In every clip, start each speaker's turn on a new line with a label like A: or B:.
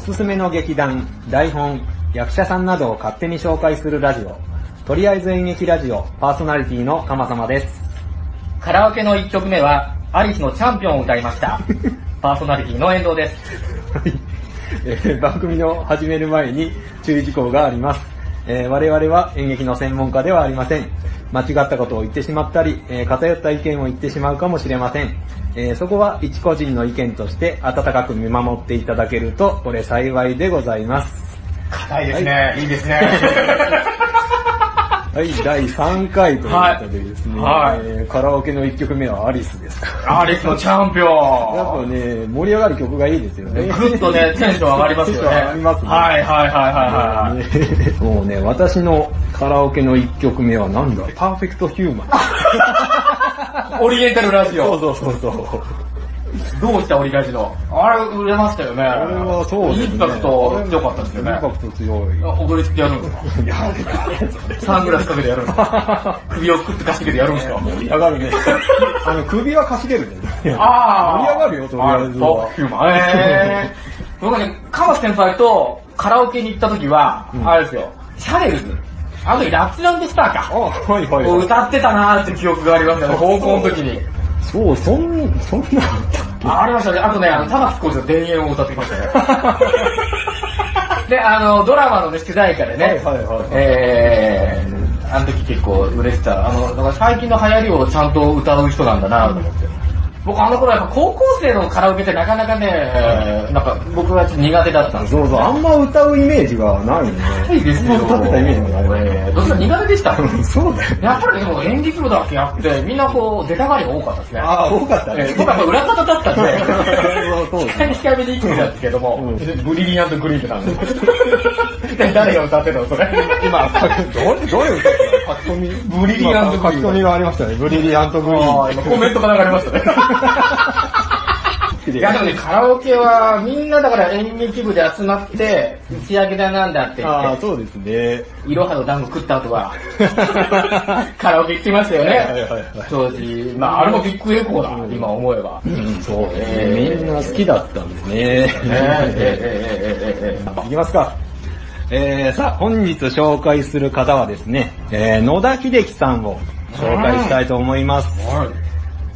A: すすめの劇団、台本、役者さんなどを勝手に紹介するラジオ、とりあえず演劇ラジオ、パーソナリティの鎌様です。
B: カラオケの1曲目は、アリスのチャンピオンを歌いま した。パーソナリティの遠藤です。
A: はい。えー番組の始める前に注意事項があります。えー我々は演劇の専門家ではありません。間違ったことを言ってしまったり、えー偏った意見を言ってしまうかもしれません。えーそこは一個人の意見として温かく見守っていただけると、これ幸いでございます。
B: 硬
A: いですね
B: いいで すね。
A: はい、第3回ということでですね、
B: はいはい
A: えーカラオケの1曲目はアリスです。
B: アリスのチャンピオ
A: やっぱ
B: ン。
A: ね、盛り上がる曲がいいですよね。
B: ぐっとね、テンション上がりますよね。
A: テンション上がりますね
B: はいはいはいはいは い。
A: もうね、私のカラオケの1曲目はなんだパーフェクトヒューマン。
B: オリエンタルラジ
A: そう
B: オ。
A: そうそうそう。
B: どうした折り返しの。あれ、売れましたよね。
A: あれはそうですね。
B: インパクト強かったですよ
A: インパ
B: ね。
A: クト強い。
B: 踊りつってやるんですか
A: いや、
B: サングラスかけてやるんです か首をくっつかしてけてやるんですか
A: 盛り上がるね。あの、首はかしげるんだよね。
B: あー
A: 盛り上がるよ、とりあえずは
B: あそうヒューマンえー僕ね、カマス先輩とカラオケに行った時は、
A: うん
B: あれですよ、シャネルズ、あの時ラッツランドスター
A: あ、
B: か。
A: はいはい
B: を
A: はい。
B: 歌ってたなーって記憶がありますよね、高校の時に。
A: そう、そん、そんなのあったっけ
B: あありましたね。あとね、あの、タバスコーチの田園を歌ってきましたね。で、あの、ドラマのね、主題歌でね、
A: はいはいはい
B: えー、あの時結構嬉しかった。あの、だから最近の流行りをちゃんと歌う人なんだなと思って。僕あの頃やっぱ高校生のカラオケってなかなかね、なんか僕はちょっと苦手だったんですよ。
A: そうそう、あんま歌うイメージがないよね。
B: いいですよ。
A: 歌ってたイメージがない。
B: えーどうした苦手でした
A: そうだよ。
B: やっぱりでも演劇部だけあって、みんなこう、出たがりが多かったですね。
A: ああ、多かった
B: え
A: ね
B: ー。僕はやっぱ裏方だ ったん
A: そうそう
B: で、控えに控えめで生きてたんですけど も、ブリリアントグリーンなんです。誰が歌ってたのそれ。
A: 今、どれ、どれ歌ったの書き込み。
B: ブリリアントグリ
A: 今書
B: ーン
A: き込みがありましたね。ブリリアントグリ
B: あー
A: ー
B: 今コメントが流れま したね。いやでもね、カラオケはみんなだから演劇部で集まって、打ち上げだなんだって
A: ン。
B: 言
A: ああ、
B: って、
A: そうですね。
B: いろはの団子食った後 は、カラオケ行ってましたよ
A: はいはい
B: ね
A: はいはい。
B: 当時、まああれもビッグエコーだ、今思えば。ね
A: そう
B: ねみんな好き
A: だったんですね
B: ええええええええ
A: いきますか。えー、さあ、本日紹介する方はですね、えー、野田秀樹さんを紹介したいと思います。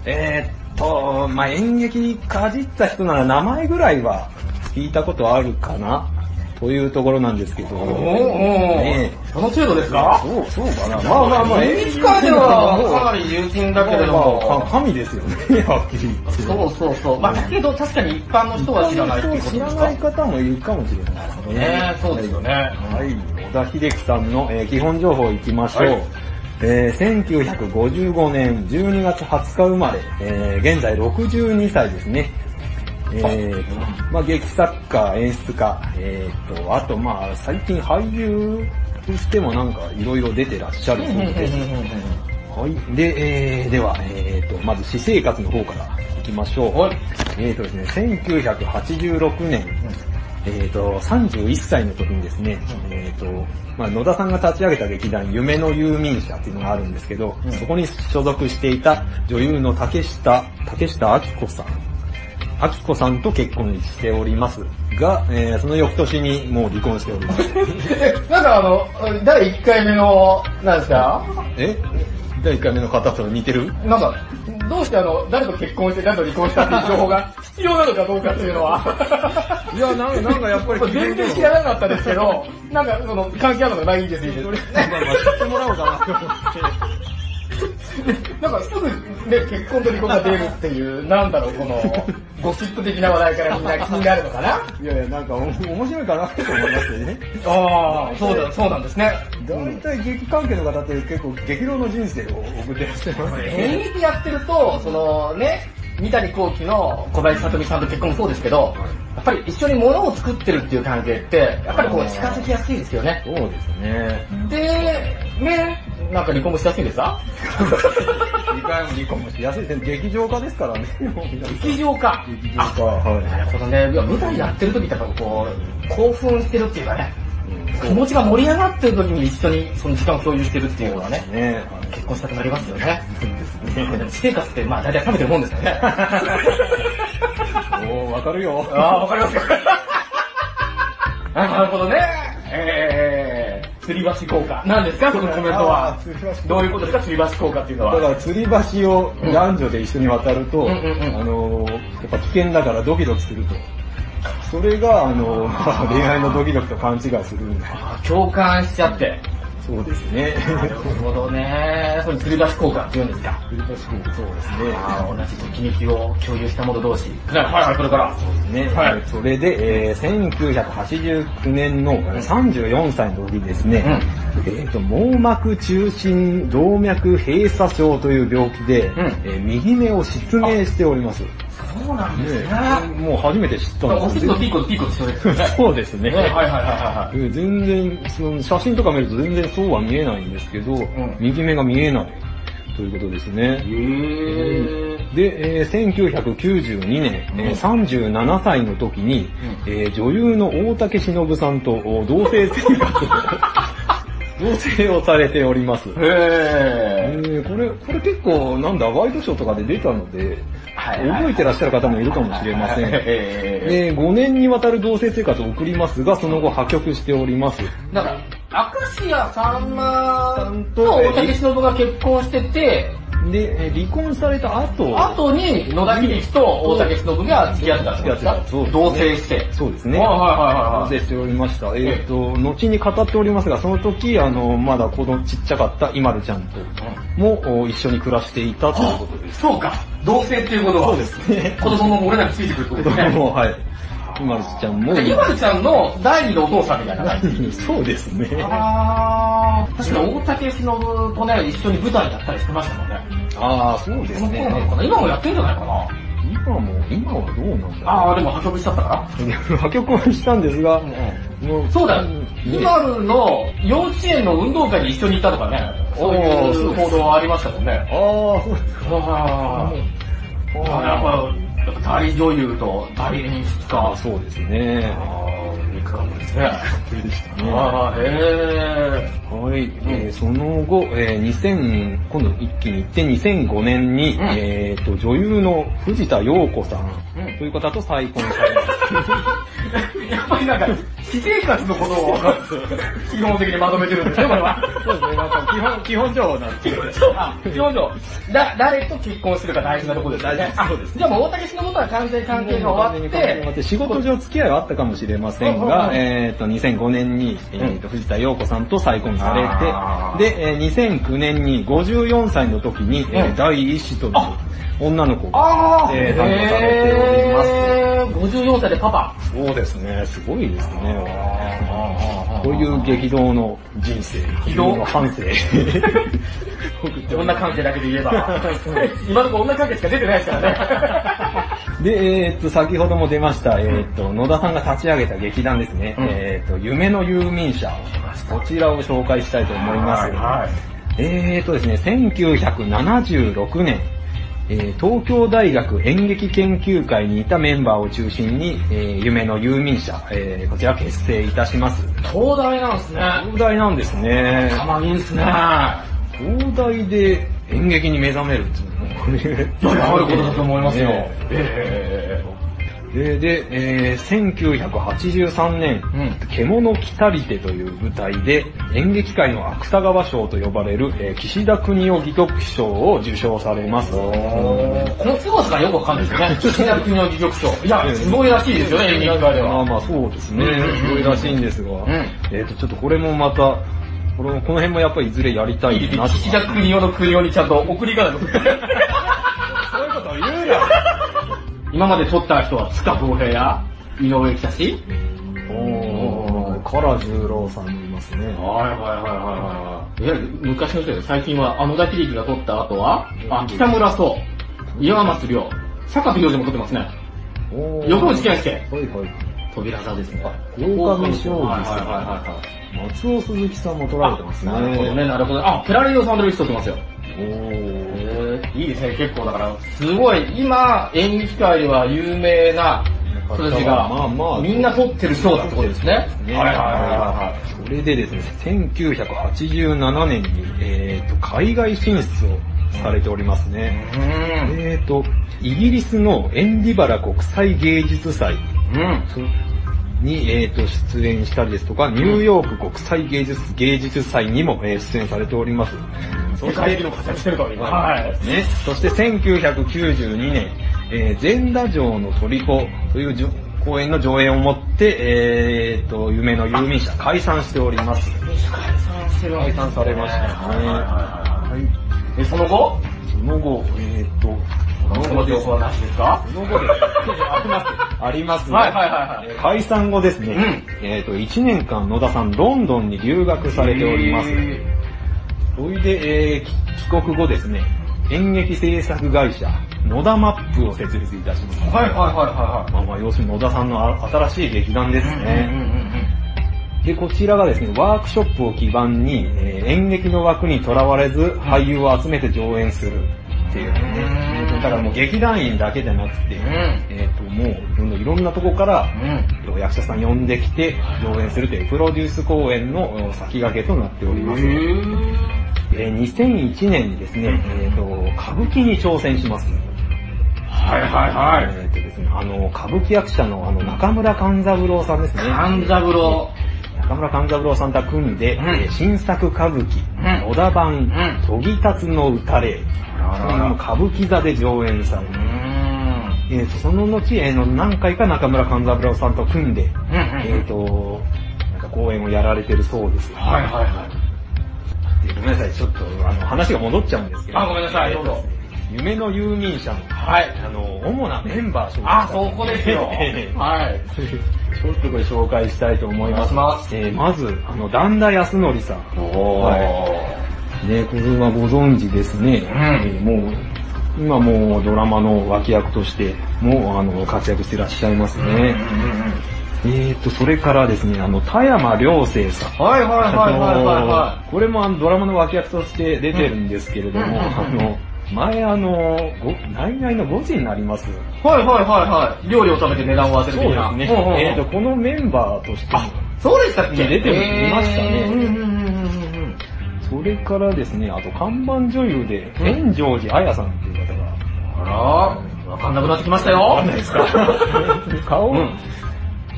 A: えー、っと、まあ、演劇かじった人なら名前ぐらいは聞いたことあるかなというところなんですけど。
B: おー
A: ねえ
B: その程度ですか
A: そう、そうかな。まあまあまあ、
B: 演劇界ではかなり友人だけれども、
A: 神ですよね、はっきり言って。
B: そうそうそう。まあだけど確かに一般の人は知らないっていうこと
A: 知
B: で
A: ら
B: す
A: な
B: か
A: い方もいるかもしれないです
B: ねえ、そうですよね。
A: はい、小田秀樹さんの、えー基本情報いきましょう。
B: はい
A: えー1955年12月20日生まれ、えー現在62歳ですね。えーとまあ、劇作家、演出家、えーと、あとまあ、最近俳優としてもなんかいろいろ出てらっしゃるそうです。はい。で、えー、では、えーと、まず私生活の方からいきましょう。
B: はい
A: えーとですね、1986年、えーと、31歳の時にですね、えーと、まあ野田さんが立ち上げた劇団、夢の遊民社っていうのがあるんですけど、
B: うん
A: そこに所属していた女優の竹下、竹下明子さん。明子さんと結婚しておりますが、えーその翌年にもう離婚しており ます。
B: なんかあの、第1回目の、なんですか
A: え第1回目の方と似てる
B: なんか、どうしてあの、誰と結婚して誰と離婚したっていう情報が 必要なのかどうかっていうのは。
A: いやなんなんかや っぱり聞いてる
B: 全然知らなかったですけど、なんかその、関係あるのがないんですよ。いいです
A: まあまあ、知ってもらおうかなと思って。
B: なんかすぐね、結婚と離婚が出るっていう、なんだろう、こ の、ゴシップ的な話題からみんな気になるのかな
A: いやいや、なんかお面白いかなと思いますよね。
B: ああ、そうだ、そうなんですね。
A: 大体劇関係の方って結構激動の人生を送ってらっしゃいます
B: 演劇やってると、そのね、三谷幸喜の小林聡美さんと結婚もそうですけど、やっぱり一緒に物を作ってるっていう関係って、やっぱりこう近づきやすいですよね。
A: そうですね。
B: で、ね、なんか離婚もしやすいんですか
A: 二回も二個もしやすいですね。劇場化ですからね。
B: 劇場か。
A: 劇場化。は
B: なるほどね。いや舞台やってる時ってやっぱこう、興奮してるっていうかね、
A: い。
B: 気持ちが盛り上がってる時に一緒にその時間を共有してるっていうのはね、
A: ね
B: 結婚したくなりますよね。私生活ってまあ大体食べてるもんですよ ね。
A: おー、わかるよ。
B: ああ、わかりますか。あなるほどね。えー、吊り橋効果。何ですかそのコメントは
A: あ。ー吊り橋
B: どういうことですか吊り橋効果っていうの
A: だか
B: は。
A: ら吊り橋を男女で一緒に渡ると、
B: うんうんうん
A: あのー、やっぱ危険だからドキドキすると。それが、あの ー、恋愛のドキドキと勘違いするんだ。
B: あ共感しちゃって。
A: そうですね。
B: なるほどね。それ吊り橋効果って言うんですか。
A: 吊り橋そうです
B: あー同じときめきを共有した者同士。はいはい、これから。
A: ね。ね、
B: はい
A: それで、えー1989年の34歳の時ですね、えーと網膜中心動脈閉鎖症という病気で、
B: ん
A: えー右目を失明しております。ね
B: そうなんですね。
A: もう初めて知ったん
B: お
A: です
B: 尻
A: よ
B: のピーコ、ピーコってそうですよ ね。
A: そうですね。
B: はいはいはいは
A: えー全然、その写真とか見ると全然そうは見えないんですけど、
B: ん
A: 右目が見えないということです
B: い。
A: ね。
B: へ
A: で、えー1992年、えー37歳の時に、えー女優の大竹しのぶさんとお同 棲生活を同棲をされております。
B: ー。へ
A: え
B: ー。
A: ーこれ、これ結構なんだ、ワイドショーとかで出たので、
B: はいはい
A: 覚えてらっしゃる方もいるかもしれません。
B: え
A: えー5年にわたる同棲生活を送りますが、その後破局しております。
B: ー。だから、明石家さんまと大竹しのぶが結婚してて、
A: で、えー離婚された後、
B: 後に野田秀樹と大竹しのぶが付き合ったんですか
A: そうですね
B: 同棲して。
A: そうです
B: はい
A: ね。
B: はいはいはい。
A: でしておりました。えっ、と、後に語っておりますが、その時、あの、まだ子供ちっちゃかったイマルちゃんとも、お一緒に暮らしていたということです。
B: そうか、同棲っていうことは、そうです
A: ね
B: 子供も俺らについてくるってことですね。
A: もう、はい。イマルちゃんも、
B: で今ちゃんの第二のお父さんみたいな感じ。
A: そうですね。
B: あー、確か大竹しのぶとね、一緒に舞台やったりしてましたもんね。
A: ああ、そうです
B: その頃なのか
A: ね。
B: な今もやってんじゃないかな
A: 今も、今はどうなんだろ
B: あー、でも破局しちゃったか
A: う。いや 破局はしたんですが、もう
B: らそうだよ
A: ね。
B: 今るの幼稚園の運動会に一緒に行ったとかね、そう
A: おー
B: い
A: そううです
B: 報道はありましたもんね。
A: ああ、そうですか。
B: あー、
A: あ
B: やっぱ、やっぱ代理女優と代理演出
A: あー、
B: か。
A: そうですね。
B: あー、肉感ですね。
A: でした
B: あー、へー。
A: はい、えーその後、えー2000、今度一気に行って2005年に、
B: ん
A: えーと、女優の藤田陽子さん
B: うん
A: という方と再婚されま
B: やっぱりなんか、私生活のことを、基本的にまとめてるんですね、これは。
A: す。 そうですね、なんか基本、基本情報なんですけど。
B: あ、表情。だ、誰と結婚するか大事なところですよね。
A: 大事そうです
B: あじゃあもう大竹氏のことは完全に関係が終わって、
A: 仕事上付き合いはあったかもしれません
B: うん
A: が、えっと、2005年に、えーと、藤田陽子さんと再婚されて、で、えー2009年に54歳の時に、えー
B: うん
A: 第一子という女の子が
B: あー、
A: えー担当されております
B: へー54歳でパパ。
A: そうですね、すごいですね。こ
B: こ
A: ういう激動の人生、
B: 激動
A: の半 生。
B: 女関係だけで言えば。今のところ女関係しか出てないですからね。
A: で、えーっと、先ほども出ました、えーっと、野田さんが立ち上げた劇団ですね、
B: うん
A: えーっと、夢の遊民者、こちらを紹介したいと思います。えーっとですね、1976年、えー東京大学演劇研究会にいたメンバーを中心に、えー夢の遊民者、えーこちら結成いたします。
B: 東大なんですね。
A: 東大なんですね。
B: まいいんすね。
A: 東大で演劇に目覚めるっていうの はこれね
B: え
A: えで、えー1983年、
B: うん
A: 獣来たりてという舞台で演劇界の芥川賞と呼ばれる、えー岸田国夫戯曲賞を受賞されます。
B: この凄さがよくわかんないです よね。岸田国の戯曲賞。いや、すごいらしいですよね、演劇界で
A: まあ
B: は。
A: まあそうですね、
B: うん
A: すごいらしいんですが、
B: ん
A: えっ、とちょっとこれもまた、これもこの辺もやっぱりいずれやりたいなと
B: 岸田国の国にちゃんと送り方そういうこと言うな。今まで撮った人は塚公平や井上久志
A: おー、カラ十郎さんもいますね。
B: はいはいはいはいはい。いや、昔の人で最近は、あ野田秀樹が撮った後は、あ、北村壮、岩松亮、坂瀬良二も撮ってますね。
A: おー
B: 横内健介、
A: はいはい。
B: 扉座ですね。
A: 狼将棋
B: はい
A: です
B: はい
A: ね
B: はいはい。
A: 松尾鈴木さんも取られてますね。
B: なるほどね、なるほど。あ、ペラリオサンドイッチ撮ってますよ。
A: おー。
B: いいですね、結構だから、すごい、今、演劇界では有名な人たちが、
A: まあまあ
B: みんな撮ってる賞だってことですね。
A: ね
B: はいはいはいはい。
A: それでですね、1987年に、えー、と海外進出をされておりますね。
B: う
A: えー、と、イギリスのエンディバラ国際芸術祭
B: ん。うん。
A: そに、えー、と出演したりですとか、ニューヨーク国際芸術芸術祭にも、えー出演されております。そ
B: 世
A: して
B: 界的に活躍してるから今。はい。
A: ね、そして1992年、えー、善田城の虜というじょ公演の上演をもって、えー、と、夢の有民者解散しております。
B: 解散してる解散さ
A: れましたねはい。
B: え、その後
A: その後、えー、と、
B: その情報はなしですか
A: その後で、あります。ありますね
B: はいはいはいはい
A: えー解散後ですね、
B: うん
A: えっ、と、1年間野田さん、ロンドンに留学されております。
B: え
A: それで、えーき帰国後ですね、演劇制作会社、野田マップを設立いたします。
B: ーはいはいは
A: まあまあ、要するに野田さんのあ新しい劇団です
B: いはいはい。うんうん
A: ね。
B: うんうん
A: で、こちらがですね、ワークショップを基盤に、えー演劇の枠にとらわれず、俳優を集めて上演するっていうね。
B: うん
A: だからもう劇団員だけじゃなくて、
B: うん
A: えっ、と、もうどんどんいろんなとこから、
B: うん。
A: えー役者さん呼んできて上演するというプロデュース公演のえー先駆けとなっております。えー2001年にですね、えーと、歌舞伎に挑戦します。
B: はいはいはい。
A: えーとですね、あの、歌舞伎役者のあの中村勘三郎さんですね。
B: 勘三郎。
A: 中村勘三郎さんと組んで、
B: うん
A: えー新作歌舞伎、
B: うん
A: 小田版、
B: ん
A: 研ぎ立つの歌れ、
B: ららら
A: その歌舞伎座で上演され
B: うー
A: る。
B: ん。
A: えーとその後、えーの何回か中村勘三郎さんと組んで、
B: うんうん
A: えーと、なんか公演をやられてるそうです。
B: はいはいはい。
A: でごめんなさい、ちょっとあの話が戻っちゃうんですけど。
B: あごめんなさい
A: えーと
B: どうぞ
A: 夢の有民者の、
B: はい。
A: あの、主なメンバー紹介
B: あ、
A: したい。
B: そこですよ
A: えー
B: はい。
A: ちょっとこれ紹介したいと思います。
B: お願いします
A: えーまず、あの、段田康則さん。
B: お
A: ね、これはご存知ですね。えーもう、今もうドラマの脇役として、もうあの、活躍してらっしゃいますね。えーと、それからですね、あの、田山良生さん。
B: はいはいはいはいはい
A: あ
B: は
A: のこれもあのドラマの脇役として出てるんですけれど
B: うんうん
A: も、あの、前あの、ご内々の5時になります。
B: い。はいはいはいはい。料理を食べて値段を当てる的な。んんん
A: えーと、このメンバーとしても、
B: そうでしたっけ
A: 出てる
B: えー
A: いましたね
B: うんうんうんうんうん
A: それからですね、あと看板女優で、炎上寺彩さんっていう方が、
B: あら、わかんなくなってきましたよ。
A: わかんないですか 顔、
B: うん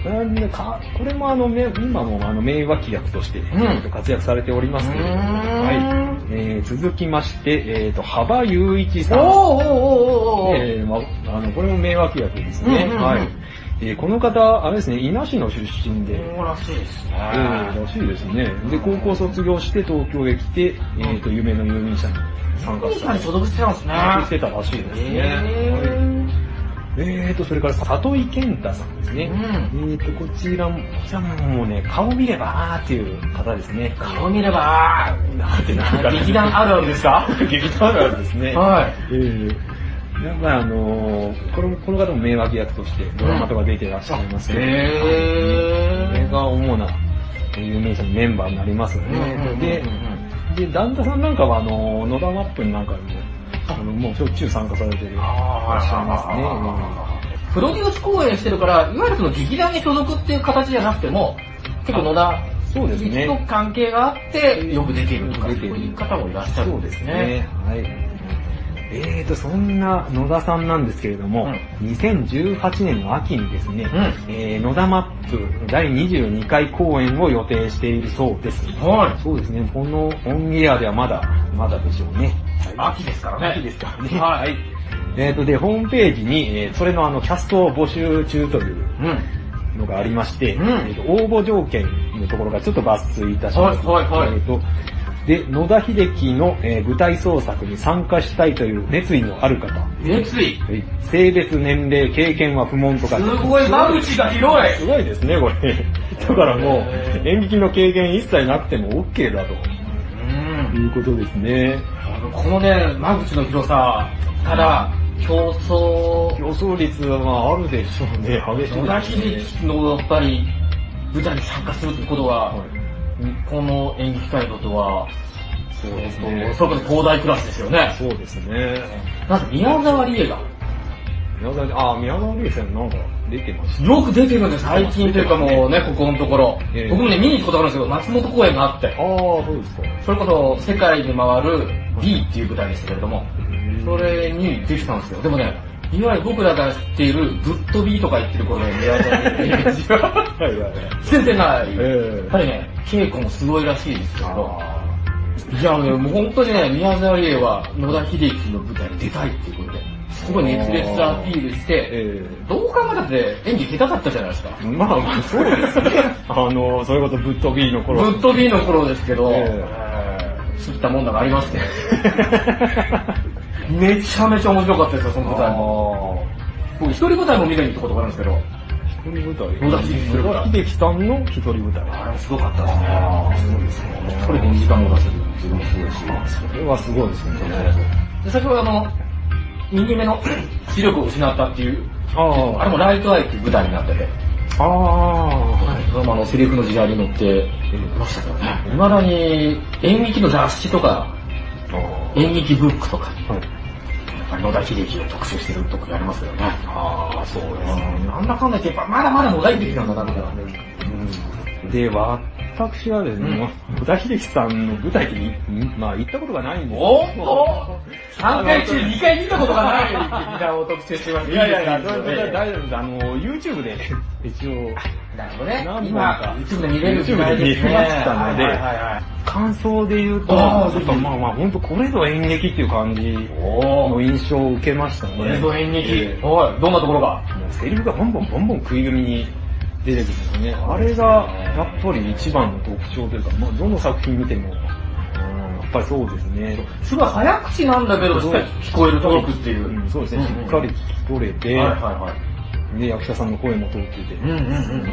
A: なんでかこれもあの、め今もあの名脇役として、
B: ん
A: 活躍されておりますけれども、
B: うーん
A: はいえー続きまして、えー、と、幅雄一
B: お
A: さ
B: ー
A: ん。
B: おーおーおーおー
A: えーまあのこれも名脇役ですね。
B: うんうんうん
A: はいえーこの方、あれですね、伊那市の出身で、
B: そうらしいですね。
A: えーらしいですね。で、高校卒業して東京へ来て、えー、と、夢の有民者に参加
B: 本
A: し
B: 社
A: た
B: に。所属してたんですね。
A: してたらしいですね。はい
B: え
A: えーと、それから、里井健太さんですね。
B: うん
A: えーと、こちらも、こちらもね、顔見れば、あーっていう方ですね。
B: ー、顔見れば、
A: なんてなるかな
B: 劇団あるあるですか
A: 劇団あるあるですね。
B: はい
A: えー、なんかあのー、このこの方も名脇役としてドラマとか出てらっしゃいますけど、これ
B: え
A: が主な有名者のメンバーになりますよ
B: うんうんうんう
A: ね
B: ん。
A: で、で、旦那さんなんかはあのー、野田マップになんかにも、あの、もうしょっちゅう参加されてる。らっしゃいますね。
B: プロデュース公演してるから、いわゆるその劇団に所属っていう形じゃなくても、結構野田、
A: そうですね
B: 一と関係があって、よく出ているとか、そう
A: 出ている
B: いう方もいらっしゃる
A: そうん
B: で
A: ですす
B: ね。
A: ね。はい。えーと、そんな野田さんなんですけれども、
B: う
A: 2018年の秋にですね、
B: う
A: えー野田マップ第22回公演を予定しているそうです。
B: は
A: そうですね、このオンエアではまだ、まだでしょうね。
B: い。秋ですからね。
A: 秋ですからね。
B: はい。
A: えーと、で、ホームページに、えーそれのあの、キャストを募集中という
B: うん。
A: のがありまして、
B: うん
A: えーと応募条件のところがちょっと抜粋いたします。
B: はいはいはい
A: えーとで、野田秀樹の、えー舞台創作に参加したいという熱意のある方、
B: 熱意。
A: はい性別、年齢、経験は不問とか、
B: すごい、間口が広い。
A: すごいですね、これ。 だからもう、演劇の経験一切なくても OK だと
B: うん
A: いうことですね。
B: あのこのね、間口の広さから、競争、
A: 予想率はまああるでしょうね、激しい
B: 野田
A: で
B: 秀
A: すね。
B: 樹のやっぱり、舞台に参加するってことは、
A: はい
B: 日本の演劇界にとっては、
A: そう
B: え
A: ですね
B: っと、。それこそ東大クラスですよね。
A: そうですね。
B: なんと宮沢りえが、
A: 宮沢りあ、宮沢りえさんなんか出てました。
B: よく出てるんです、最近というかもうね、ここのところ
A: ええ。
B: 僕もね、見に行くことあるんですけど、松本公演があって、
A: ああ、そうですか。
B: それこそ世界に回る D っていう舞台でしたけれども、それに出てきたんですよ。でもね、いわゆる僕らが知っているぶっ飛びとか言ってる頃の宮本のイメージ は
A: はいはいはい。
B: 全然ない。
A: ええ
B: やっぱりね、稽古もすごいらしいですけど、
A: あ
B: いやね、もう本当にね、宮沢りえは野田秀樹の舞台に出たいっていうことで、すごい熱烈なアピールし
A: ー
B: て、
A: え
B: どう考えたって演技下手だったじゃないですか。
A: ーまあまあ、そうですね。 あの、それこそぶっ飛びの
B: ぶ
A: 頃。
B: っ飛びの頃ですけど、
A: え
B: 知ったもんだがありまして、めちゃめちゃ面白かったですよ、その舞台も。
A: ああ。
B: 僕、一人舞台も見たに行ったことがあるんですけど、
A: 一人舞台
B: 野田秀樹の
A: 秀樹さんの一人舞台。
B: あれもすごかったですね。
A: ああ、そうです
B: 一人で2時間も出せるっていうのもすごいし。
A: それはすごいですね。
B: で先ほどあの、右目の視力を失ったっていう、
A: ああ
B: あれもライトアイっていう舞台になってて、
A: ああ、
B: それもあの、セリフの時代に乗っていましたけどね、未だに演劇の雑誌とか、演劇ブックとか、やっぱり野田秀樹を特集してるとこありますよね。
A: ああ、そうですね。
B: なんだかんだ言って、やっぱまだまだ野田秀樹なんだな、みたいなね。
A: で、私はですね、小田秀樹さんの舞台ってい、まあ行ったことがないんです
B: おっ
A: けど
B: と !3 回中2回見たことがない劇団を特集してます
A: いやいやいや、それは大丈夫です。あの、YouTube で、一応、
B: なるほどね。
A: 何本
B: 今
A: か、
B: YouTube で見れる時代です
A: YouTube で
B: ね。
A: 見れましたので
B: はいはいはい
A: 感想で言うと、ち
B: ああ
A: ょっとまあまあ、本当これぞ演劇っていう感じ
B: お
A: の
B: ー、
A: 印象を受けましたね。
B: 映像演劇
A: え。え
B: おい、どんなところが
A: もうセリフがボンボンボンボン食い気味に出てくるんですよね。あれが、やっぱり一番の特徴というか、まあ、どの作品見ても、うんやっぱりそうですね。
B: すごい早口なんだけど、しっかり聞こえるトークっていう。
A: んそうですね、しっかり聞き取れ
B: うん
A: て、
B: うん。はいはいはい。
A: で、役者さんの声も通ってて、
B: うんうんう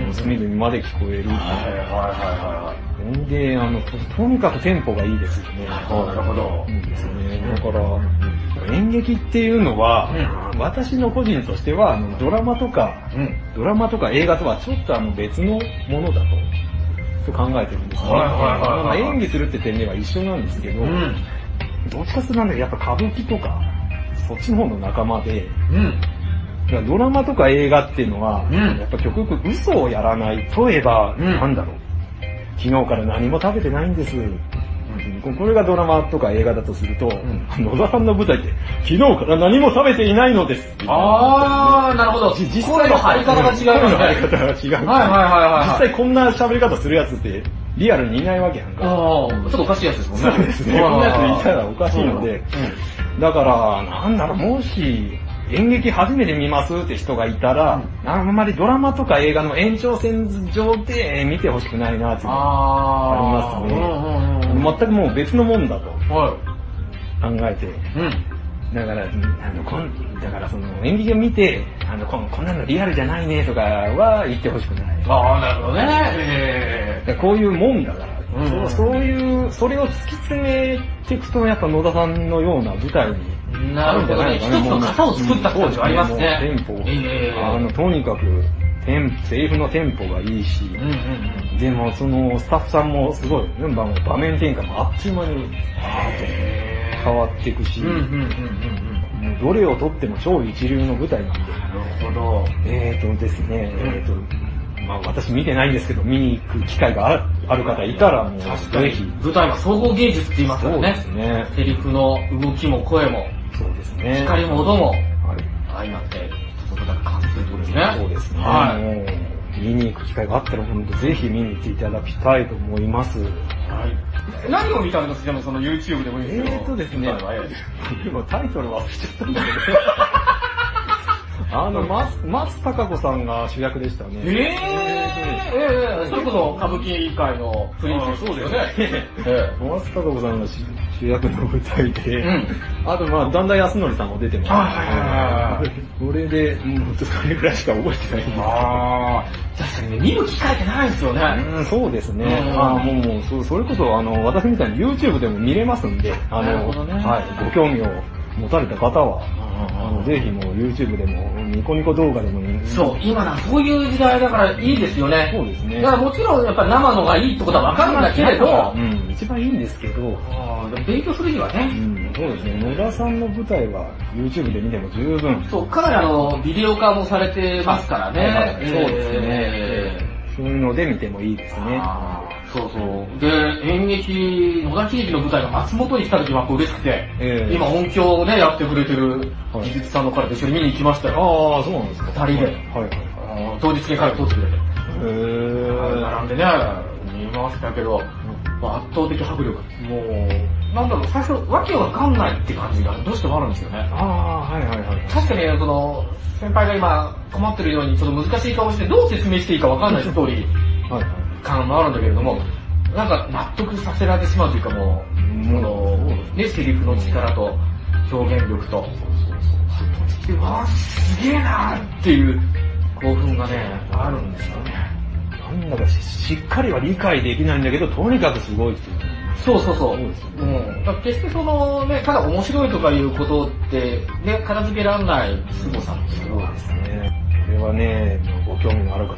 B: んうん。
A: 隅々まで聞こえる。
B: はいはいは
A: ほんで、あの、ととにかくテンポがいいですよね。
B: いはい。なるほど
A: い。いですよね。だから、演劇っていうのは、
B: う
A: 私の個人としては、あのドラマとか、
B: うん。
A: ドラマとか映画とはちょっとあの別のものだと、と考えてるんですね。
B: はいはいはいはい
A: まあ演技するって点では一緒なんですけど、
B: うん。
A: どっちかするとなんかやっぱ歌舞伎とか、そっちの方の仲間で、
B: うん。
A: だからドラマとか映画っていうのは、
B: うん
A: やっぱ極力嘘をやらない。例えば、
B: うん
A: なんだろう。昨日から何も食べてないんです。ここれがドラマとか映画だとすると、
B: ん
A: 野田さんの舞台って、昨日から何も食べていないのです。
B: あー、なるほど。
A: じ実
B: 声
A: 際
B: の張り方が違いますね。
A: 声の張り
B: はい
A: 方が違う。
B: はいはい
A: 実
B: はい。
A: 際こんな喋り方するやつって、リアルにいないわけやんか。
B: あー、ちょっとおかしいやつですもんね。
A: そうですね。
B: あー
A: こんなやついたらおかしいので、だから、なんだろう、もし、演劇初めて見ますって人がいたら、あんまりドラマとか映画の延長線上でえー見てほしくないなっていうのが
B: あー。
A: あり
B: ますうんうんうん。
A: 全くもう別のもんだと考
B: は
A: えて、
B: い。うん。
A: だから、あのこんだからその演劇を見て、あのこんこんなのリアルじゃないねとかは言ってほしくない。
B: ああ、なるほどね。え
A: こういうもんだから、
B: うん
A: そうそういう、それを突き詰めていくと、やっぱ野田さんのような舞台に
B: えなるほどね。一つの型を作った感じはありますね。
A: テンポ、
B: ええ
A: あの、とにかく、テンセリフのテンポがいいし、
B: うんうんうん。
A: でもそのスタッフさんもすごい、メンバーも場面転換もあっという間に
B: へ
A: 変わっていくし、
B: えうんうんうんうんうん。
A: もうどれをとっても超一流の舞台なんで、
B: なるほど。
A: えーとですね、
B: うん
A: えーと、まあ私見てないんですけど、見に行く機会があるある方いたらもう、
B: 確か
A: ぜ
B: に
A: ひ。
B: 舞台は総合芸術って言いますか
A: そ
B: ら
A: うで
B: ね
A: す。ね。
B: セリフの動きも声も、
A: そうですね。
B: 光も音も
A: はい
B: 相まって、そこだけ感じてるってことですね。
A: そうですね。
B: はい。
A: もう見に行く機会があったら、本当ぜひ見に行っていただきたいと思います。
B: はい。何を見たんですかでもその YouTube でもいい
A: え
B: ですけど。
A: ーっとですね
B: 舞台はえ、
A: でもタイトル忘れちゃったんだけ ど。あの、松、松たか子さんが主役でしたね。
B: えええええそれこそ歌舞伎界のプリンセスですよね。え
A: 松たか子さんが主主役の舞台
B: え
A: で、
B: うん。
A: あとまあ、だんだん安則さんも出てます。
B: あはいはいはいはい
A: これで、もうそれぐらいしか覚えてないんですけど
B: あー、確かにね、見る機会ってないですよね。
A: うんそうですね。
B: うん
A: あもうもうそ、それこそ、あの、私みたいに YouTube でも見れますんで、あ
B: なるほ
A: の、
B: どね
A: はい、ご興味を持たれた方は、あの、ぜひもう YouTube でも、ニコニコ動画でもいい。
B: そう、今な、そういう時代だからいいですよね。
A: そうですね
B: だからもちろんやっぱり生のがいいってことはわかるんだけれど、
A: うん、一番いいんですけど、う
B: あーでも勉強するにはね、
A: ん、そうですね、野田さんの舞台は YouTube で見ても十分。
B: そう、かなりあの、ビデオ化もされてますからね。
A: はいはいそうですね
B: えー
A: そういうので見てもいいですね。
B: あそうそう。で、演劇、野田喜劇の舞台が松本に来た時はやっぱ嬉しくて、
A: ええ
B: 今音響をね、やってくれてる
A: はい
B: 技術さんの彼と一緒に見に行きましたよ。
A: ああ、そうなんですか。
B: 二人で
A: はいはいはい。
B: あの当日に彼を通ってくれて。
A: へー
B: 並んでね、見ましたけど、まあ圧倒的迫力。もう、なんだろう、最初、わけわかんないって感じがどうしてもあるんですよね。
A: ああ、はいはいはい。
B: 確かに、その、先輩が今困ってるようにちょっと難しい顔してどう説明していいかわかんないストーリー。
A: はいはい。
B: 感もあるんだけれども、なんか納得させられてしまうというかもう、
A: うん
B: この、ね、セリフの力と表現力と、でわあすげえなーっていう興奮がね、あるんですよね。
A: なんだかししっかりは理解できないんだけど、とにかくすごいっていう。
B: そうそうそう。
A: そうですよね
B: ん。だから決してそのね、ただ面白いとかいうことって、ね、片付けられない凄さっていうのはですね。
A: ねこれはね、ご興味のある方。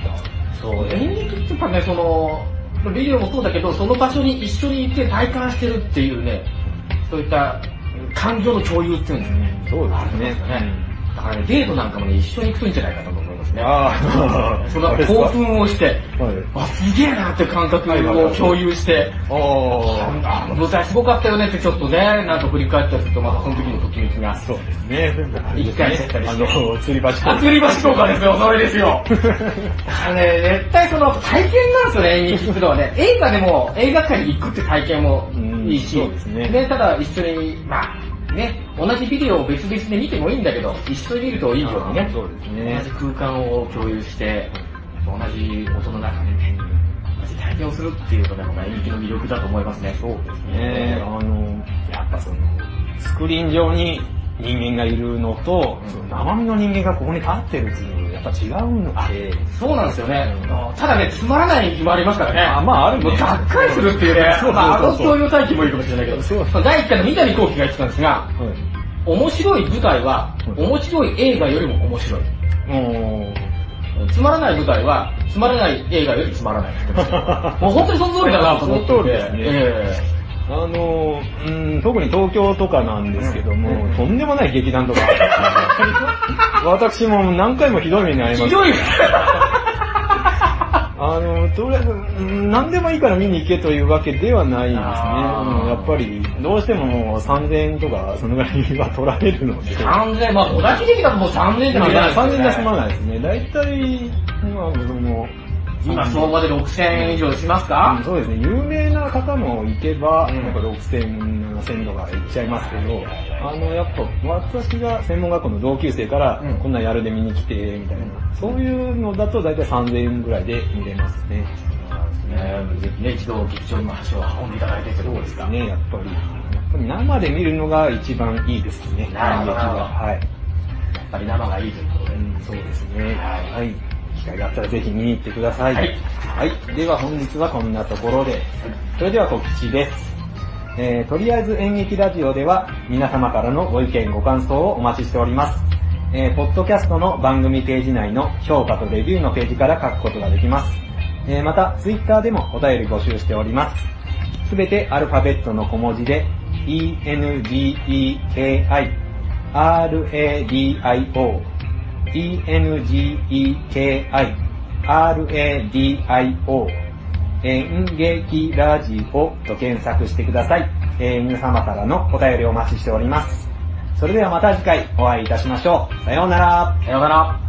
B: そう、演劇っていうかね、その、ビデオもそうだけど、その場所に一緒に行って体感してるっていうね、そういった感情の共有っていうんですかね。
A: そうですね
B: あるんよねだからね、デートなんかもね、一緒に行くといいんじゃないかと思いますね。
A: ああ、
B: その
A: あれですか
B: 興奮をして、
A: はい。
B: わ、すげえなっていう感覚を共有して、
A: あ
B: あの舞台すごかったよねってちょっとね、なんか振り返ったりすると、またその時のときめきが
A: あ、。そうですね。
B: 一回やったり
A: あ
B: して
A: の、吊り橋と
B: あ、吊り橋効果ですよ、それで すよ。あのね、絶対その体験なんですよね、演劇っていうのはね。映画でも映画館に行くって体験もいいし、
A: うんそうですね
B: ただ一緒に、まあね、同じビデオを別々で見てもいいんだけど、一緒に見るといいようにね、
A: そうですね
B: 同じ空間を共有して、同じ音の中でね、同じ体験をするっていうのがまあ演劇の魅力だと思いますね。そうです
A: ね、あの、やっぱその、スクリーン上に人間がいるのと、その生身の人間がここに立ってるっていうのはやっぱ違うので、
B: そうなんですよね。ただね、つまらない日もありますからね。
A: あまああるね
B: もうがっかりするっていうね。
A: そうそうそうそう
B: まあ、あの商業体験もいいかもしれないけど。
A: そう
B: 第1回の三谷幸喜が言ってたんですが、面白い舞台は、
A: うん
B: 面白い映画よりも面白い。
A: も。
B: つまらない舞台は、つまらない映画よりつまらないって言ってました もう本当にその通りだなと思ってて。
A: その通りですね
B: え
A: う、あの、うん、特に東京とかなんですけども、
B: うん
A: とんでもない劇団と かあるんですよ私も何回もひどい目に遭
B: え
A: いま
B: ひ
A: した
B: どい。
A: あの、とりあえず、うん何でもいいから見に行けというわけではないんですね。
B: あー
A: うんやっぱり、どうしてももう3000円とか、そのぐらいは取られるので。
B: 完全、まあ、小田切劇だともう3年じゃないですか、
A: 3000円出しまないですね。だいたい、まあ、その、
B: 今、相場で6000円以上します
A: うん
B: か、
A: そうですね、有名な方も行けば、
B: うん
A: やっぱ6000、7000とか行っちゃいますけど、あの、やっぱ、私が専門学校の同級生から
B: うん、
A: こんなんやるで見に来て、みたいな、そういうのだとだいたい3000円ぐらいで見れますね。
B: ねぜひね、一度劇場にも足を運んでいただいてってどうですか
A: ね、やっぱり。やっぱり生で見るのが一番いいですね。
B: なるほど
A: 演劇ははい。
B: やっぱり生がいいということで。
A: うん、そうですね。
B: は
A: は
B: い
A: い。機会があったらぜひ見に行ってください。
B: はい
A: はい。では本日はこんなところで。それでは告知です。えー、とりあえず演劇ラジオでは皆様からのご意見ご感想をお待ちしております。えー、ポッドキャストの番組ページ内の評価とレビューのページから書くことができます。えー、また、ツイッターでもお便り募集しております。すべてアルファベットの小文字で、ENGEKI、RADIO、ENGEKI、RADIO、演劇ラジオと検索してください。えー皆様からのお便りをお待ちしております。それではまた次回お会いいたしましょう。さようなら。
B: さようなら。